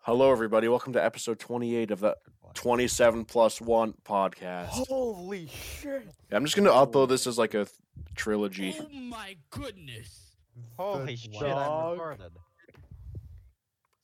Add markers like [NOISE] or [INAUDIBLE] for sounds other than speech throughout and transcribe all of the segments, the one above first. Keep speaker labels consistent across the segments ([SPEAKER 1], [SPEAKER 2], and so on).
[SPEAKER 1] Hello, everybody. Welcome to episode 28 of the 27 plus 1
[SPEAKER 2] Oh.
[SPEAKER 1] podcast.
[SPEAKER 2] Holy shit!
[SPEAKER 1] I'm just going to upload this as like a th- trilogy.
[SPEAKER 3] Oh my goodness.
[SPEAKER 4] Holy shit, I'm
[SPEAKER 2] dog.
[SPEAKER 4] retarded.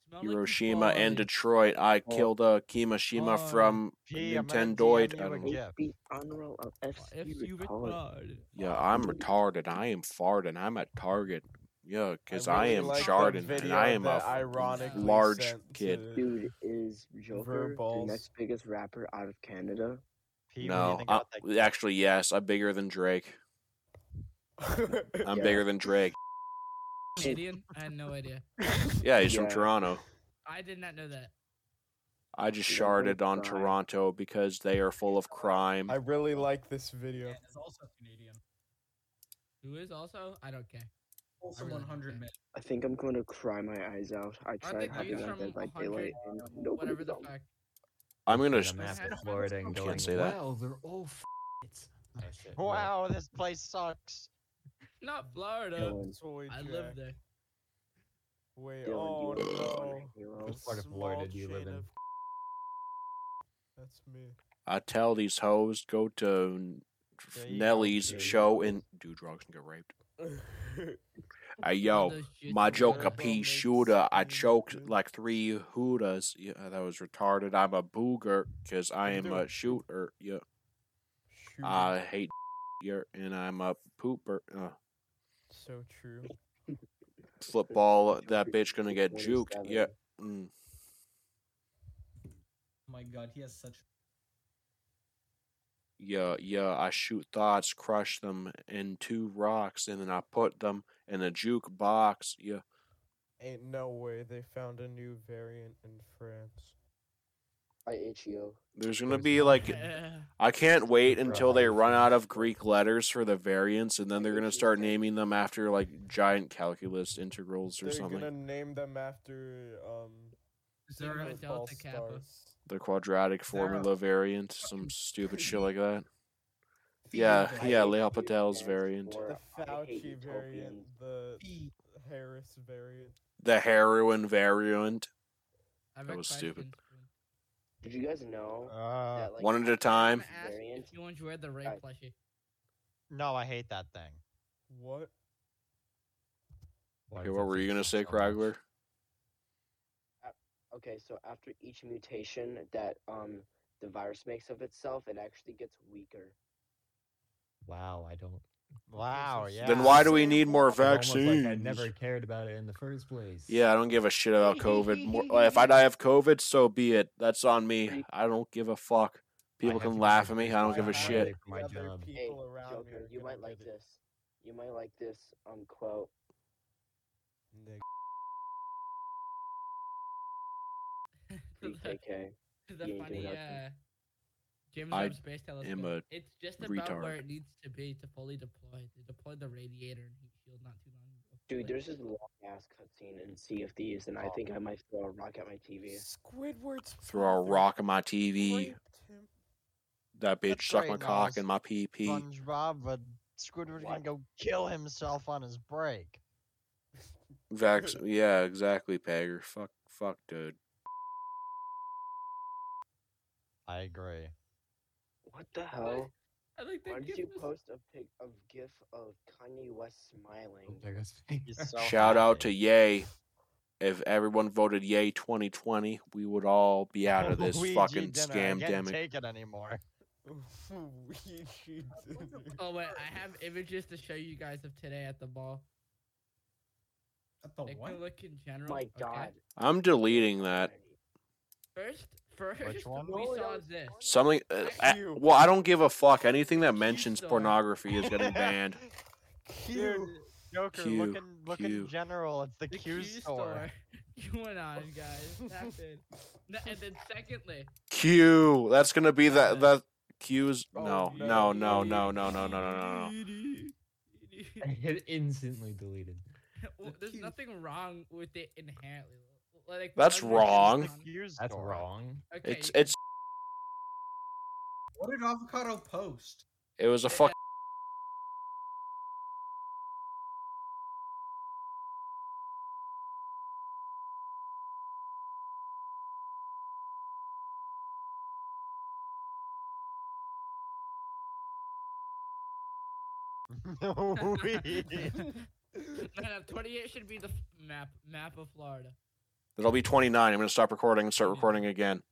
[SPEAKER 3] Smell like
[SPEAKER 1] Hiroshima and
[SPEAKER 3] meatballs.
[SPEAKER 1] Detroit. I killed a Kimishima
[SPEAKER 3] Oh.
[SPEAKER 1] from.
[SPEAKER 4] Gee, I'm gonna
[SPEAKER 1] Nintendoid
[SPEAKER 4] DM you a
[SPEAKER 1] and-
[SPEAKER 5] Eight
[SPEAKER 4] gif.
[SPEAKER 5] feet on roll of
[SPEAKER 3] If
[SPEAKER 5] FC
[SPEAKER 3] you
[SPEAKER 5] record.
[SPEAKER 3] retard.
[SPEAKER 1] Yeah, I'm retarded. I am farting. I'm at Target. Yeah, because I,
[SPEAKER 2] really
[SPEAKER 1] am
[SPEAKER 2] like the
[SPEAKER 1] sharding and
[SPEAKER 2] video
[SPEAKER 1] I am
[SPEAKER 2] that
[SPEAKER 1] a.
[SPEAKER 2] ironically
[SPEAKER 1] large
[SPEAKER 2] sent
[SPEAKER 1] kid.
[SPEAKER 2] to-
[SPEAKER 5] [LAUGHS] Dude is Joker the
[SPEAKER 2] Verballs.
[SPEAKER 5] next biggest rapper out of Canada.
[SPEAKER 4] Pee, what do you
[SPEAKER 1] No,
[SPEAKER 4] think
[SPEAKER 1] uh,
[SPEAKER 4] about that?
[SPEAKER 1] actually, yes. I'm bigger than Drake. I'm
[SPEAKER 5] Yeah.
[SPEAKER 1] bigger than Drake.
[SPEAKER 3] Canadian? I had no idea.
[SPEAKER 1] Yeah, he's from
[SPEAKER 5] Yeah.
[SPEAKER 1] Toronto.
[SPEAKER 3] I did not know that.
[SPEAKER 1] I just
[SPEAKER 5] Yeah, I'm
[SPEAKER 1] sharded on
[SPEAKER 5] sorry.
[SPEAKER 1] Toronto because they are full of crime.
[SPEAKER 2] I really like this video.
[SPEAKER 6] is also Canadian.
[SPEAKER 3] Who is also? I don't care.
[SPEAKER 6] Also
[SPEAKER 3] really
[SPEAKER 6] 100
[SPEAKER 3] don't
[SPEAKER 6] men.
[SPEAKER 5] I think I'm going to cry my eyes out. I
[SPEAKER 3] they
[SPEAKER 5] tried hopping
[SPEAKER 3] dudes
[SPEAKER 5] on
[SPEAKER 3] from
[SPEAKER 5] Dead by
[SPEAKER 3] 100,
[SPEAKER 5] Daylight and nobody
[SPEAKER 3] Whatever
[SPEAKER 5] was
[SPEAKER 3] the
[SPEAKER 5] on.
[SPEAKER 3] fuck.
[SPEAKER 1] I'm going
[SPEAKER 7] the
[SPEAKER 1] to.
[SPEAKER 7] map
[SPEAKER 3] Can't
[SPEAKER 7] of Florida and
[SPEAKER 1] say
[SPEAKER 7] going
[SPEAKER 1] that.
[SPEAKER 7] well. Oh, They're all f- it. Oh, shit, well,
[SPEAKER 4] Wow, this place sucks.
[SPEAKER 3] Not Florida.
[SPEAKER 5] Dylan,
[SPEAKER 2] Wait,
[SPEAKER 3] I
[SPEAKER 2] Jack.
[SPEAKER 3] live there.
[SPEAKER 2] Wait,
[SPEAKER 5] Dylan,
[SPEAKER 2] oh
[SPEAKER 5] you were born
[SPEAKER 2] no.
[SPEAKER 5] in Halo.
[SPEAKER 2] The
[SPEAKER 7] Which part of
[SPEAKER 2] small
[SPEAKER 7] Florida do you live
[SPEAKER 2] chain
[SPEAKER 7] in?
[SPEAKER 2] of- [LAUGHS] That's me. [LAUGHS]
[SPEAKER 1] I tell these hoes go to N-
[SPEAKER 4] Yeah, you go
[SPEAKER 1] Nelly's
[SPEAKER 4] do
[SPEAKER 1] show and do drugs and get raped. Hey yo,
[SPEAKER 3] Those shits
[SPEAKER 1] my
[SPEAKER 3] in
[SPEAKER 1] joker
[SPEAKER 3] Florida. [LAUGHS]
[SPEAKER 2] Pete.
[SPEAKER 1] pea
[SPEAKER 2] makes
[SPEAKER 1] shooter. I
[SPEAKER 2] me
[SPEAKER 1] choked
[SPEAKER 2] sick.
[SPEAKER 1] like three hooters. Yeah, that was retarded. I'm a booger because I
[SPEAKER 2] you
[SPEAKER 1] am
[SPEAKER 2] doing?
[SPEAKER 1] a shooter. Yeah,
[SPEAKER 2] Shoot.
[SPEAKER 1] I hate [LAUGHS] yeah, and I'm a pooper. Uh,
[SPEAKER 2] so true.
[SPEAKER 1] football, that bitch gonna get juked.
[SPEAKER 5] 27.
[SPEAKER 1] Yeah. Mm.
[SPEAKER 6] Oh my god, he has such.
[SPEAKER 1] Yeah, yeah, I shoot thoughts, crush them in two rocks, and then I put them in a juke box. Yeah,
[SPEAKER 2] Ain't no way they found a new variant in France.
[SPEAKER 5] By Ichio.
[SPEAKER 1] there's gonna
[SPEAKER 7] There's
[SPEAKER 1] be
[SPEAKER 7] no-
[SPEAKER 1] like
[SPEAKER 3] Yeah.
[SPEAKER 1] I can't wait
[SPEAKER 7] Bruh,
[SPEAKER 1] until
[SPEAKER 7] I
[SPEAKER 1] they
[SPEAKER 7] was
[SPEAKER 1] run out
[SPEAKER 7] thinking-
[SPEAKER 1] of Greek letters for the variants, and then they're gonna start naming them after like giant calculus integrals or
[SPEAKER 2] They're
[SPEAKER 1] something.
[SPEAKER 2] gonna name them after um.
[SPEAKER 6] Is
[SPEAKER 3] There
[SPEAKER 6] there
[SPEAKER 3] are
[SPEAKER 6] a,
[SPEAKER 3] a- Delta Kappa.
[SPEAKER 1] The quadratic
[SPEAKER 6] there a
[SPEAKER 1] formula variant, some
[SPEAKER 6] fucking
[SPEAKER 1] stupid shit like
[SPEAKER 2] [LAUGHS]
[SPEAKER 1] that.
[SPEAKER 6] Phi
[SPEAKER 1] Yeah,
[SPEAKER 6] Delta
[SPEAKER 5] I
[SPEAKER 1] yeah,
[SPEAKER 5] hate
[SPEAKER 1] Leo
[SPEAKER 5] you
[SPEAKER 1] Patel's
[SPEAKER 5] fans
[SPEAKER 1] variant,
[SPEAKER 5] for-
[SPEAKER 2] The
[SPEAKER 5] I hate
[SPEAKER 2] Fauci variant,
[SPEAKER 5] utopians.
[SPEAKER 2] the
[SPEAKER 6] Phi.
[SPEAKER 2] Harris variant.
[SPEAKER 1] the heroin variant,
[SPEAKER 3] I have
[SPEAKER 1] That
[SPEAKER 3] a
[SPEAKER 1] was stupid.
[SPEAKER 3] question.
[SPEAKER 5] Did you guys know
[SPEAKER 4] Uh,
[SPEAKER 5] that like
[SPEAKER 1] one at a
[SPEAKER 3] I'm
[SPEAKER 1] time.
[SPEAKER 3] gonna ask
[SPEAKER 5] variant-
[SPEAKER 3] if you enjoyed the rape
[SPEAKER 5] Alright.
[SPEAKER 3] plushie. [LAUGHS]
[SPEAKER 4] no, I hate that thing.
[SPEAKER 2] What?
[SPEAKER 1] Okay, what were you gonna say, Kragler?
[SPEAKER 5] Okay, so after each mutation that um the virus makes of itself, it actually gets weaker.
[SPEAKER 7] Wow, I don't.
[SPEAKER 4] Wow, yeah.
[SPEAKER 1] Then why do we need more
[SPEAKER 7] I'm almost
[SPEAKER 1] vaccines?
[SPEAKER 7] Like I never cared about it in the first place.
[SPEAKER 1] Yeah, I don't give a shit about COVID. More, well, if I die of COVID, so be it. That's on me.
[SPEAKER 5] Right.
[SPEAKER 1] I don't give a fuck. People
[SPEAKER 7] have to
[SPEAKER 1] can
[SPEAKER 7] be
[SPEAKER 1] laugh at me.
[SPEAKER 7] safe.
[SPEAKER 1] I don't give
[SPEAKER 7] Why
[SPEAKER 1] a
[SPEAKER 7] not?
[SPEAKER 1] shit.
[SPEAKER 7] for my
[SPEAKER 2] The other
[SPEAKER 7] job.
[SPEAKER 5] Hey,
[SPEAKER 2] people around me
[SPEAKER 5] Joker,
[SPEAKER 2] are
[SPEAKER 5] you
[SPEAKER 2] gonna
[SPEAKER 5] might like
[SPEAKER 2] get it.
[SPEAKER 5] this. You might like this um
[SPEAKER 2] [LAUGHS]
[SPEAKER 5] quote.
[SPEAKER 2] Nick.
[SPEAKER 3] The-
[SPEAKER 5] BKK.
[SPEAKER 3] the
[SPEAKER 5] You ain't
[SPEAKER 3] funny
[SPEAKER 5] doing
[SPEAKER 3] uh,
[SPEAKER 5] nothing.
[SPEAKER 3] James
[SPEAKER 1] I
[SPEAKER 3] Webb Space Telescope.
[SPEAKER 1] am a
[SPEAKER 3] it's just about where
[SPEAKER 1] retard.
[SPEAKER 3] it needs to be to fully deploy. They deployed the radiator and heat shield not too long ago.
[SPEAKER 5] Dude,
[SPEAKER 3] Like,
[SPEAKER 5] there's this long ass cutscene in Sea of Thieves, and
[SPEAKER 2] oh.
[SPEAKER 5] I think I might throw a rock at my TV.
[SPEAKER 2] Squidward's
[SPEAKER 1] Throw a
[SPEAKER 2] father
[SPEAKER 1] rock at my TV.
[SPEAKER 2] raped him.
[SPEAKER 1] That bitch
[SPEAKER 4] That's
[SPEAKER 1] sucked my
[SPEAKER 4] right,
[SPEAKER 1] cock
[SPEAKER 4] Miles.
[SPEAKER 1] and my pee pee.
[SPEAKER 4] SpongeBob, but Squidward can
[SPEAKER 5] What?
[SPEAKER 4] go kill himself on his break.
[SPEAKER 1] Vax. Yeah, exactly, Pagger. Fuck, fuck, dude.
[SPEAKER 4] I agree.
[SPEAKER 5] What the hell?
[SPEAKER 3] I like
[SPEAKER 5] Why
[SPEAKER 3] that
[SPEAKER 5] did
[SPEAKER 3] gift
[SPEAKER 5] you
[SPEAKER 3] was-
[SPEAKER 5] post a pic of GIF of Kanye West smiling?
[SPEAKER 7] There [LAUGHS] goes me.
[SPEAKER 1] [LAUGHS]
[SPEAKER 4] He's so
[SPEAKER 1] Shout out to
[SPEAKER 4] happy.
[SPEAKER 1] Yay. If everyone voted Yay 2020, we would all be out
[SPEAKER 4] [LAUGHS]
[SPEAKER 1] of this
[SPEAKER 4] Luigi
[SPEAKER 1] fucking
[SPEAKER 4] dinner,
[SPEAKER 1] scam
[SPEAKER 4] I can't
[SPEAKER 1] demic.
[SPEAKER 4] take it anymore.
[SPEAKER 5] [LAUGHS]
[SPEAKER 2] Ouija dinner.
[SPEAKER 3] Oh wait, I have images to show you guys of today at the ball.
[SPEAKER 6] At the
[SPEAKER 3] They
[SPEAKER 6] what?
[SPEAKER 3] can look in general.
[SPEAKER 5] My
[SPEAKER 3] okay?
[SPEAKER 5] god.
[SPEAKER 1] I'm deleting that.
[SPEAKER 3] First, first
[SPEAKER 4] one?
[SPEAKER 3] [LAUGHS] we
[SPEAKER 5] No, that
[SPEAKER 3] saw
[SPEAKER 5] was
[SPEAKER 3] this.
[SPEAKER 1] Something. Uh,
[SPEAKER 3] Fuck
[SPEAKER 1] I-
[SPEAKER 2] you.
[SPEAKER 1] well, I don't give a fuck. Anything that
[SPEAKER 3] You
[SPEAKER 1] mentions
[SPEAKER 3] suck.
[SPEAKER 1] pornography is
[SPEAKER 4] [LAUGHS]
[SPEAKER 1] getting banned.
[SPEAKER 2] Q.
[SPEAKER 4] Dude, Joker,
[SPEAKER 1] Q,
[SPEAKER 4] look in, look
[SPEAKER 1] Q.
[SPEAKER 4] in general. It's the,
[SPEAKER 3] The
[SPEAKER 4] Q,
[SPEAKER 3] [LAUGHS]
[SPEAKER 4] store.
[SPEAKER 3] You went on,
[SPEAKER 1] [LAUGHS]
[SPEAKER 3] guys.
[SPEAKER 2] [LAUGHS]
[SPEAKER 3] Happened. No, and then secondly,
[SPEAKER 1] Q. That's gonna be the the Q's.
[SPEAKER 2] Oh,
[SPEAKER 1] No,
[SPEAKER 2] dude.
[SPEAKER 1] no, no, no, no, no, no, no, no.
[SPEAKER 3] [LAUGHS]
[SPEAKER 7] I hit instantly deleted.
[SPEAKER 3] [LAUGHS] Well, There's nothing wrong with it inherently. Like
[SPEAKER 1] That's
[SPEAKER 3] everyone is
[SPEAKER 1] wrong.
[SPEAKER 4] The
[SPEAKER 3] on-
[SPEAKER 4] Q
[SPEAKER 7] That's
[SPEAKER 4] store.
[SPEAKER 7] wrong.
[SPEAKER 3] Okay,
[SPEAKER 1] It's it's
[SPEAKER 6] What did Avocado
[SPEAKER 7] [LAUGHS]
[SPEAKER 6] post?
[SPEAKER 1] it was a fuck.
[SPEAKER 4] [LAUGHS]
[SPEAKER 3] [LAUGHS]
[SPEAKER 4] Weed.
[SPEAKER 3] Man, 28 should be the f- map map of Florida.
[SPEAKER 1] It'll be 29. I'm going to stop recording and start recording again.